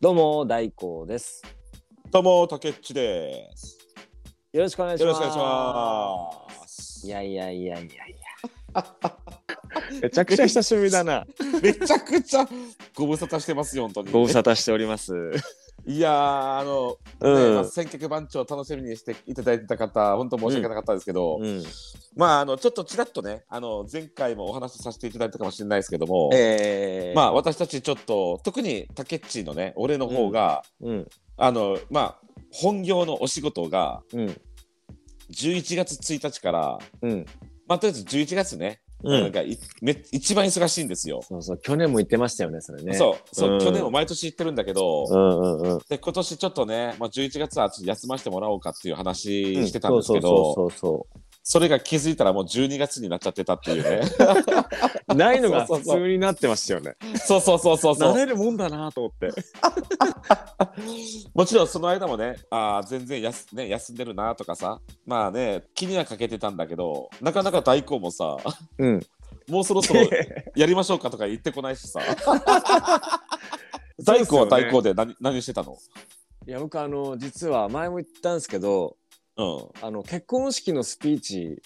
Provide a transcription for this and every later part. どうも大光です。どうも、竹内です。よろしくお願いしまよろす。しくお願いします。いやいやいやいやいめちゃくちゃ久しぶりだな。めちゃくちゃご無沙汰してますよ、本当 に。ご無沙汰しております。いやー、あの、ねまあ、。選曲番長楽しみにしていただいてた方、本当申し訳なかったですけど、うん。まあ、あの、ちょっとちらっとね、あの、前回もお話しさせていただいたかもしれないですけども、えー、まあ、私たちちょっと、特に竹内のね、俺の方が、うん。あの、まあ、本業のお仕事が、うん。 11月1日から、うん。まあ、とりあえず11月ね、うなんん。かいめ一番忙しいんですよ。そうそう、去年も言ってましたよね、それね。そうそう、うん去年も毎年行ってるんだけど、うんうんうん。で今年ちょっとね、まあ、11月はちょっと休ませてもらおうかっていう話してたんうですけそうどそうそそれが気づいたらもう12月になっちゃってたっていう ねうそう。ないのがそう普そうそう通になってましたよね。そうそうそうそうそ慣うれるもんだなと思って。もちろんその間もねあー全然やす、ね、休んでるなとかさまあね気にはかけてたんだけどなかなか大根 もさうん。もうそろそろやりましょうかとか言ってこないし さ大根は大根いで何何してたのや、僕、あの、実は前も言ったんですけど、うんあの、結婚式のスピーチって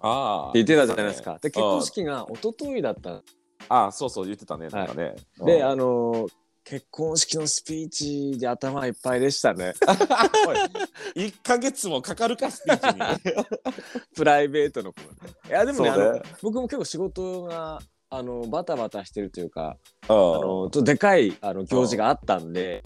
ああ言ってたじゃないですか。で、結そうね婚式が一昨日だった。ああそうそう言ってたねなんかね、で、うんあの、結婚式のスピーチで頭いっぱいでした ね。おい1か月もかかるかスピー チにプライベートの子がねいや、でもね、あのね僕も結構仕事があのバタバタしてるというかあのあちょっとでかいあの行事があったんで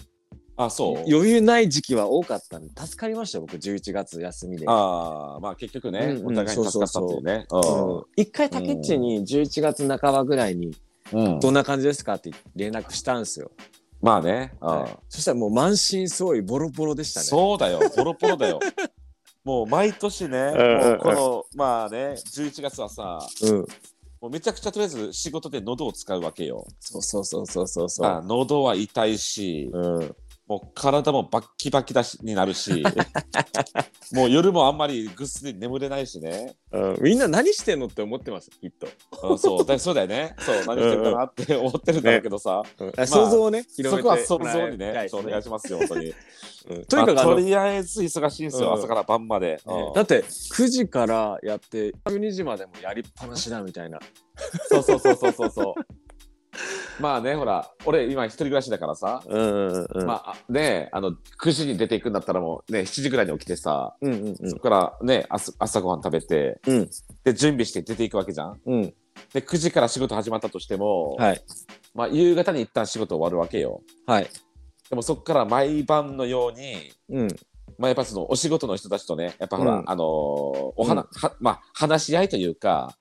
あそう余裕ない時期は多かったんで助かりましたよ僕11月休みで。ああまあ結局ね、うんうんお互いに助かったっていうねうん一回タケッチに11月半ばぐらいにうんう「んどんな感じですか?」って連絡したんですよ、まあね、うんはいそしたらもう満身創痍ボロボロでしたねそうだよポロポロだよ もう毎年ね、んうんもうこのまあね11月はさう,、ん、もうめちゃくちゃとりあえず仕事で喉を使うわけよそうそうそうそうそうそあう喉は痛いし、うんもう体もバッキバキだしにな るしもう夜もあんまりぐっすり眠れないしねうん、みんな何してんのって思ってますきっと、うん、そうだからそうだよね。そう何してるかなって思ってるんだろうけどさ、うんあ想像をねそ広めこはて想もら像えにたいねですそうお願いしますよ本当に。うん とにかくまああのとりあえず忙しいんですよ、うん朝から晩まで。ねうんだって9時からやって12時までもやりっぱなしだみたいな。そうそうそうそうそうそう。 まあねほら俺今一人暮らしだからさ。うんうんうんまああねあの9時に出ていくんだったらもうね7時ぐらいに起きてさ、うんうんそこからね朝朝ごはん食べて、うんで準備して出ていくわけじゃん。うんうん。で9時から仕事始まったとしても、はいまあ夕方に一旦仕事終わるわけよ。はい。でもそこから毎晩のようにうんまあ、やっぱそのお仕事の人たちとね、やっぱほら、うんあのーおはな、うんはまあ、話し合いというか、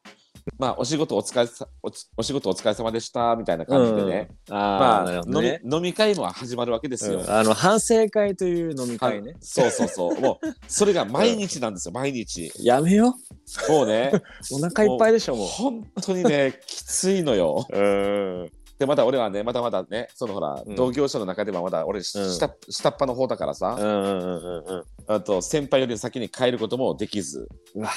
まあ、お仕事お疲れさおつお仕事お疲れ様でしたみたいな感じでね、。うんああ、まなあるほどね。飲み飲み会も始まるわけですよ。うんあの反省会という飲みは会いね。そうそうそう、もうそれが毎日なんですよ、毎日。やめよ。もうね、お腹いっぱいでし ょもう。本当にね、きついのよ。うんで、まだ俺はね、まだまだね、そのほら、うん同業者の中ではまだ俺、下下っ端の方だからうさ、んうんうんあと先輩より先に帰ることもできず、うわ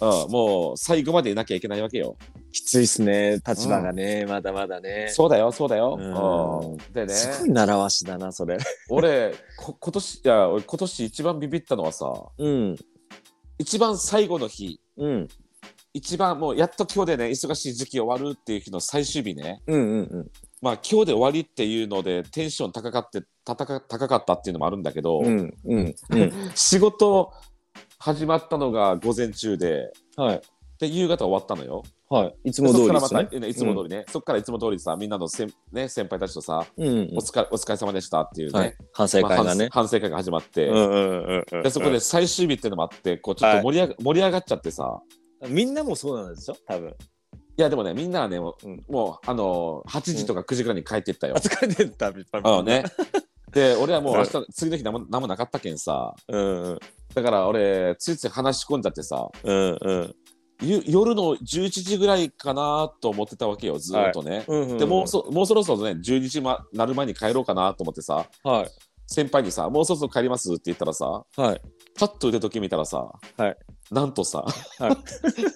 うん、もう最後までいなきゃいけないわけよ。きついっすね立場がねまだまだね。そうだよ、そうだよ。うんうんでね、すごい習わしだなそ れ。俺こ、今年、いや、俺今年一番ビビったのはさ、うん一番最後の日、うん一番もうやっと今日でね、忙しい時期終わるっていう日の最終日ね、うんうんうんまあ今日で終わりっていうので、テンション高かって高か高かったっていうのもあるんだけど、うんうんうん。 仕事始まったのが午前中で、はいで夕方終わったのよ。はいいつでもそっ通かりらでますた、ね。いつも通りね、そっからいつも通りさ、みんなのせん、ね、先輩たちとさ、うんうんお疲れお疲れ様でしたっていうね、はい反省まあ会がね。反反省会が始まって、でそこで最終日っていうのもあってこうちょっと盛り,、上が盛り上がっちゃってさみんなもそうなんでしょ多 分いやでもねみんなはねもうう,、んもうあのー8時とか9時ぐらいに帰ってったよ。疲れてたみたい ああね、で俺はもううん明日次の日何も何もなかったけんさうんうんだから俺ついつい話し込んじゃってさうんうんゆ夜の11時ぐらいかなと思ってたわけよずーっとね。うんうんでもうそもうそろそろね12時、ま、なる前に帰ろうかなと思ってさはい先輩にさ「もうそろそろ帰ります」って言ったらさはいパッと腕時計見たらさ、はいなんとさ、は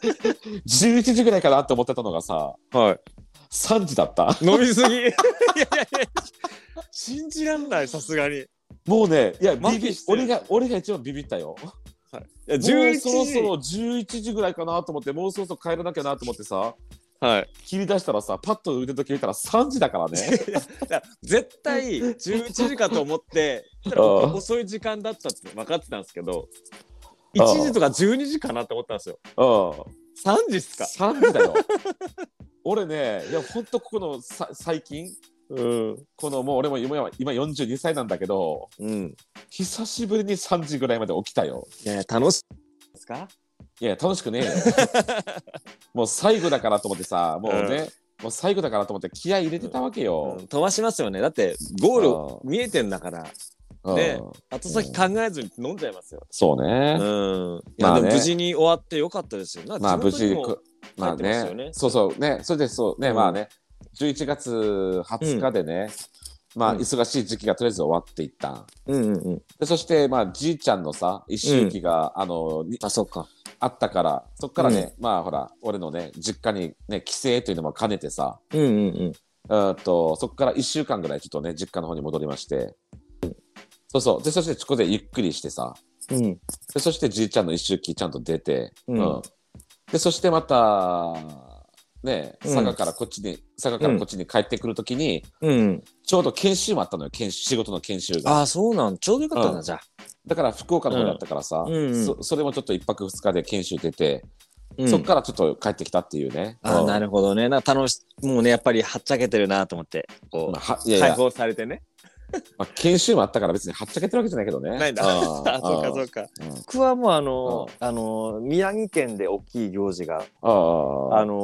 11時ぐらいかなって思ってたのがさはい3時だった。飲みすぎ いやいやいや信じらんないさすがにいもうね、いや、麻ビ痺ビしてる俺が、俺が一番ビビったよ。やも11う時そろそろ11時ぐらいかなと思って、もうそろそろ帰らなきゃなと思ってさ、はい切り出したらさ、パッと腕時計見たら3時だか らね。いや絶対11時 かと思 ってそしたら僕遅い時間だったって分かってたんですけどあ1あ時とか12時かなって思ったんですようん。 3時っすか3時だよ俺ねいやほんとここのさ最近うんこのもう俺も今今42歳なんだけどうん久しぶりに3時ぐらいまで起きたよいやいや楽しいですかいや楽しくねえよ もう最後だからと思ってさもうね、うんもう最後だからと思って気合い入れてたわけよ、飛ばしますよねだってゴール見えてんだからうんね後先考えずに飲んじゃいますよそうね、うんいまやあでねも無事に終わってよかったですよなんかまあ無地元に事もくま帰っあてますよねねそうそうねそれでそうね、うんまあね11月20日でね、まうあん忙しい時期がとりあえず終わっていったんうんうんうんでそして、まあ、じいちゃんのさ一周期が、あのにあそっかあったからそっからね、まあほら俺のね実家にね帰省というのも兼ねてさうんうんうんうーんとそこから1週間ぐらいちょっとね実家の方に戻りましてそうそうでそしてそこでゆっくりしてさうんでそしてじいちゃんの一周期ちゃんと出て、うんでそしてまたねうん佐賀からこっちに、佐賀からこっちに帰ってくるときに、うんちょうど研修もあったのよ研修仕事の研修がああそうなんちょうどよかったな、うんじゃあだから福岡の方だったからさ、うんうんうんそそれもちょっと1泊2日で研修出て、そっからちょっと帰ってきたっていうね。あーなるるほどね。なんか楽しもうねやっぱりはっちゃけてるなと思ってこう、まあ、はいやいや、解放されてね。まあ、研修もあったから別にはっちゃけてるわけじゃないけどね。ないんだ。あ あーそうかそううか。ん僕はもうあのーあのー宮城県で大きい行事がああの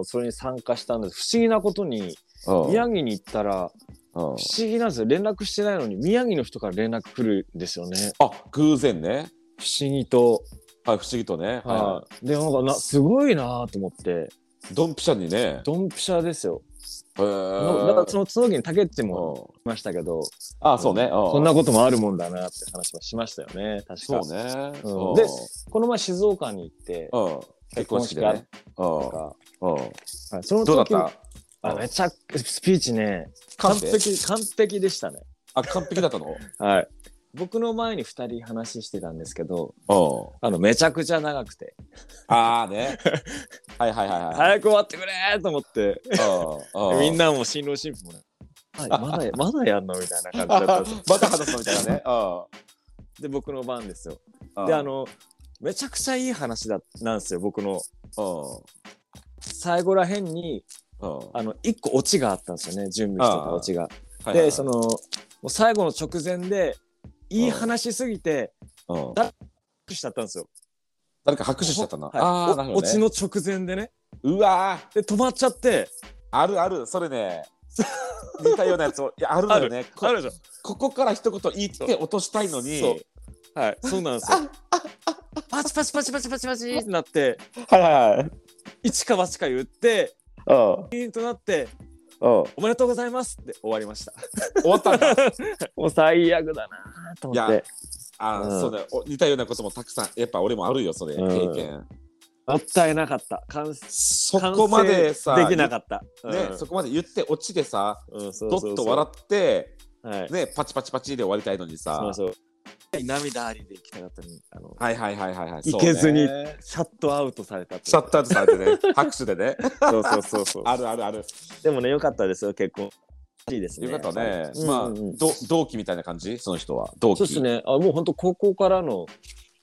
ーそれに参加したんです。不思議なことにの宮城に行ったら不思議なんですよ。連絡してないのに宮城の人から連絡来るんですよね。あ偶然ね。不思議と。はい、不思議とね。ははい。でなんかなすごいなと思ってい。ドンピシャにね。ドンピシャですよ。へのーだからそのその時に竹内もうんいましたけど。あ、そうね。そそんなこともあるもんだなって話はしましたよね、確かそうね。うんうんでこの前静岡に行って、うん結婚式でね。うなんんかうんはいその時どうだったあめちゃくスピーチね、完完璧璧、完璧でしたね。あ、完璧だったのはい。僕の前に2人話してたんですけど、うんあの、めちゃくちゃ長くて、ああ ね。はいはいはいはい。早く終わってくれーと思って、うみんな。なもう新郎新婦もね、はい、まだ、まだやんのみたいな感じだったんですよ。また話すのみたいなね。で、僕の番ですよ。うんで、あ、の、めちゃくちゃいい話だなんですよ、僕の。う最後らへんに、んうん。あの一個オチがあったんですよね準備してたオチが。はいはいはでいそのもう最後の直前でいい話しすぎてうん拍手しちゃったんですよ。誰か拍手しちゃったな。はいああ、なるおほオどチね。の直前でね。うわーで止まっちゃってあるある、それね。似たようなやつを、いや、あるのよね。こあるでしここから一言言って落としたいのに。そうょ。はいそうなんですよ。パチパチパチパチパチパチってなってはいはいはい。一か八か言ってうん。うん。ピーンとなっておめでとうございますって終わりま した。終わった んだ。もう最悪だなと思っいやて。あー、うんそうね。お似たようなこともたくさん、やっぱ俺もあるよ、それ、うん経験。もったいなかった。完成そこまでさ、できなかった。ね、そこまで言って、落ちてさ、うん、そどっと笑って、っはい。ね、パチパチパチで終わりたいのにさ。そうそう。涙ありで行きたかったのに、あの、はいはいはいはいはい。いけずにそうねシャットアウトされたっていうシャットアウトされて ね、拍手でね。そうそうそう そう。あるあるある。でもね、良かったですよ、結婚。いいですね。よかったね。うんまあ、うんうんど同期みたいな感じその人は。同期。そうですね。あ、もう本当高校からの、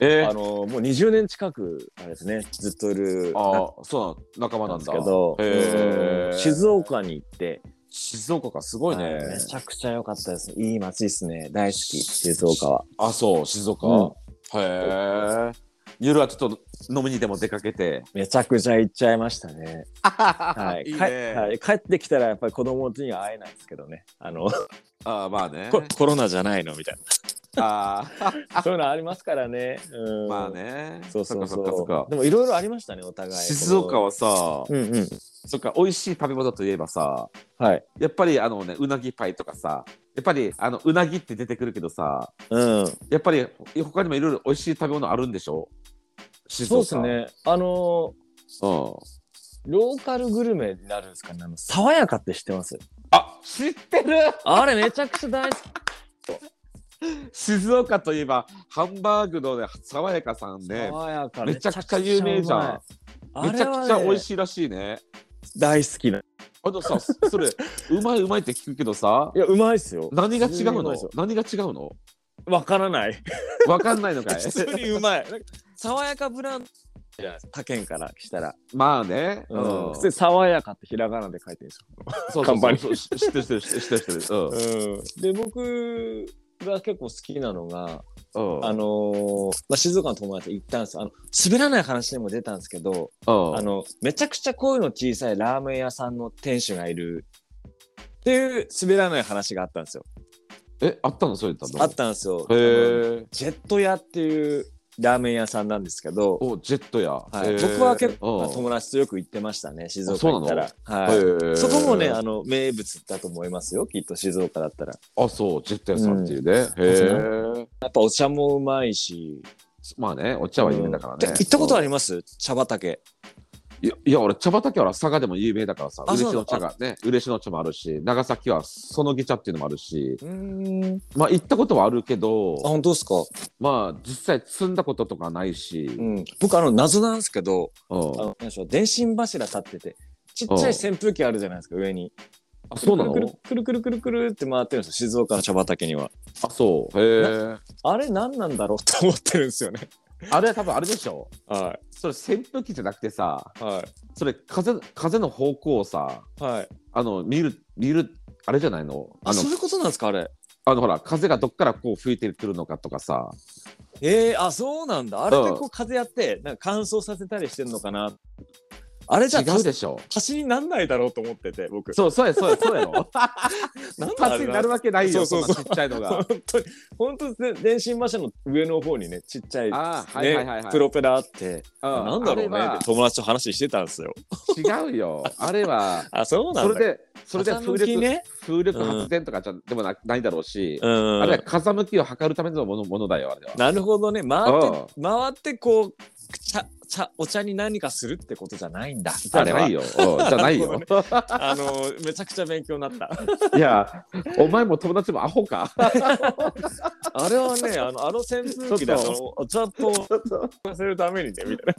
えあー、の、もう20年近く、あれですね、ずっといる。ああ、そうなの仲な間なんんですだ。けど、へうんー静岡に行って、静岡か、すごいね。はいめちゃくちゃ良かったです。いい街ですね。大好き、静岡は。あ、そう、静岡。うんへえ。夜はちょっと飲みにでも出かけて。めちゃくちゃ行っちゃいましたね。はい。いいねかはい帰ってきたらやっぱり子供には会えないですけどね。あの、ああ、まあね。コ コロナじゃないのみたいああ、な。そういうのありますからね。うんまあ。ね。そうそうそっかっかっかう。でもいろいろありましたね、お互い。静岡は。はさ、うんうん。そっか、美味しい食べ物といえばさ、はい。やっぱりあのね、うなぎパイとかさ、やっぱりあのうなぎって出てくるけどさ、うん。やっぱり他にもいろいろ美味しい食べ物あるんでしょ静そう岡ですね。あのーうん。ローカルグルメになるんですかねあの爽やかって知ってますあ知ってるあれめちゃくちゃ大好き。静岡といえばハンバーグのね爽やかさんね爽やかめちゃくちゃ有名じゃん。めちゃくちゃ美味しいらしいねい。大好きな。あのさそ れうまいうまいって聞くけどさいや、うまいっすよ。何が違う普通にうまいのですよ何が違うのわからない。わかんないのか い普通にうまい。なんか爽やかブランドじゃないですか。他県からしたら。まあね、ううんん、普通に爽やかってひらがなで書いてるんですよ。そうそ看うそう板にそう知ってる知ってる知ってる知ってるで僕が結構好きなのが、うんうんあのーまあ、静岡の友達と行ったんですあの滑らない話にも出たんですけど、うんあのめちゃくちゃ声の小さいラーメン屋さんの店主がいるっていう滑らない話があったんですよ。えあったのそれたのあったんですよ。へえジェット屋っていうラーメン屋さんなんですけど、おジェットや、はいへー僕は結構うん友達とよく行ってましたね静あ岡そうな行のったら。へはいーそこもねあの名物だと思いますよきっと静岡だったら。あそうジェット屋さんっていうね、へえやっぱお茶もうまいし。まあねお茶は有名だからね、うん行ったことあるります茶畑。いやいや俺茶畑は佐賀でも有名だからさあそうな嬉の野茶がね嬉野茶もあるし長崎はそのぎ茶っていうのもあるしうん。まあ行ったことはあるけあど本当ですか。まあ実際積んだこととかないし、うん。僕あの謎なんですけど、うんあの何でしょう電信柱立ってて。ちっちゃい扇風機あるじゃないですか上にあそうなのくるくるくるくるくるくるって回ってるんですよ静岡の茶畑にはあそうへえあれ何なんだろうと思ってるんですよねあれは多分あれでしょはそれ扇風機じゃなくてさいはそれ風風の方向をさいはいあの見る見るあれじゃないのああのそういうことなんですかあれあのほら風がどっからこう吹いてくるのかとかさえー、あそうなんだあれでうんこう風やってなんか乾燥させたりしてんのかなあれじゃ違う足でしょ足しになんないだろうと思ってて僕そうそうやそうやそうやろ なんだあれは達 になるわけないよそそそううそうんなちっちゃいの が本当に本当で電信柱の上の方にねちっちゃい、ねあーはいはいはいはいプロペラあって、うんなんだろうねあって友達と話してたんですよれは違うよあれはあ そうなんそだれでそれで風風向き力、ね風力発電とかじゃでもなないだろうし、うんあれは風向きを測るためのものものだよあれはなるほどね回って回ってこう茶茶お茶に何かするってことじゃないんだじゃないよようんじゃな いなよるあのめちゃくちゃ勉強になった いや、お前も友達もア ホか。あれはね、あの、あの扇風機だちょっと、お茶とさせるためにね、みたい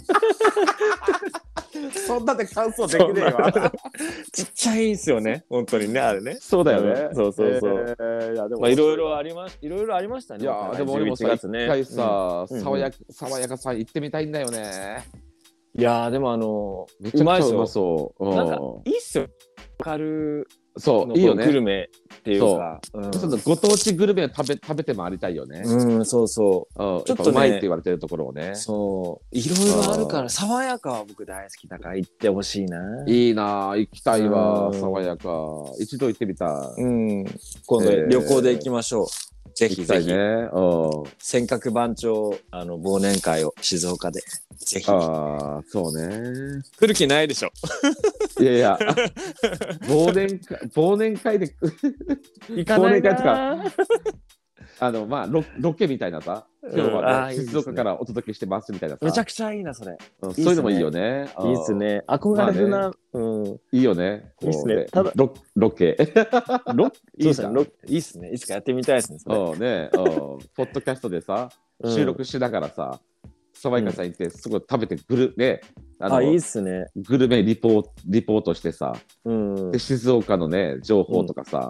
そんなで感想できねえわ。な。ちっちゃいんすよね、本当にね、あれね。そうだよね。そうそうそう。えーいやでもまあ、いろいろありまし、いろいろありましたね。いやお互でも俺もさ11一月ね回さ、うん爽やか爽やかさん行ってみたいんだよね。うんいやー、でも、あのめー、うちまゃいくっちゃすうよま。そう。なんかういいっすよ。ローカルん、そうのいいこようグね。ルメっていうか。うんちょっとご当地グルメを食べ食べて回りたいよね。うん、そうそうん、ちょっとねやぱうまいって言われてるところをねう。。そう。いろいろあるかうら、ん爽やかは僕大好きだから行ってほしいな。いいなあ行きたいわうん爽やか一度行ってみたい。うん。今度えー旅行で行きましょう。ぜ行ひきたぜいひね。。うん。尖閣番長あの忘年会を静岡でぜひ来ああそうね。る気ないでしょいや いや、あ忘年会、忘年会で、行かないなかあの、まあロ、ロケみたいなさ、今日うんあは、ーねいいですね静岡からお届けしてますみたいなさ、めちゃくちゃいいなそれうんそういうのもいいよね。いいっすね憧れるな、うんうん。いいよね。いいっすねこうただロロケ。 ロいいっす いいじゃねんロいいっすねいつかやってみたいですねそれうんね、うんポッドキャストでさ、うん収録しながらさ、爽やかさん行って、すごい食べてグル、ね、あのあいいっすねグルメリポリポートしてさ、うんで静岡のね、情報とかさ、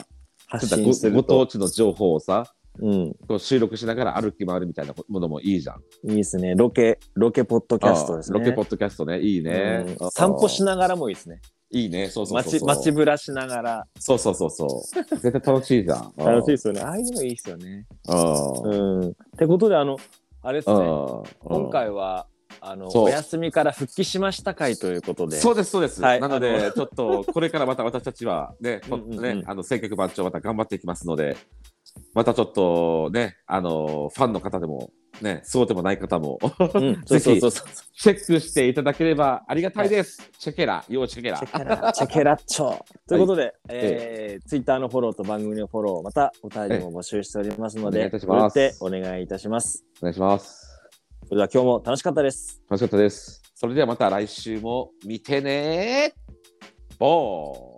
発ちょっと信すごるごと当地の情報をさ、うんこう収録しながら歩き回るみたいなものもいいじゃん。いいっすねロケロケポッドキャストですねロケポッドキャストね、いいね。うん散歩しなながらもいいですねいいね、そうそうそう街そう。街ぶらしながらそうそうそうそう。絶対楽しいじゃん。楽しいい。っすよねああいうのいいっすよねうん。うんうんってことであのあれっすね今は回はあのそうお休みから復帰しました会ということでそうです、そうです。はいなのあで、ちょっとこれからまた 私たちはね、うんこうんうんね、あの、選曲番長また頑張っていきますので、またちょっとね、あの、ファンの方でも、ね、そうでもない方も、 うん、そうそうそうそうチェックしていただければありがたいです。チェケラ、要チェケラチ。ェケラチェケラッチョということで、えー、ツイッターのフォローと番組のフォローまたお便りも募集しておりますのえでえお願いいたしおますってお願いいたしますお願いします。それでは今日も楽しかったです楽しかったです。それではまた来週も見てねボー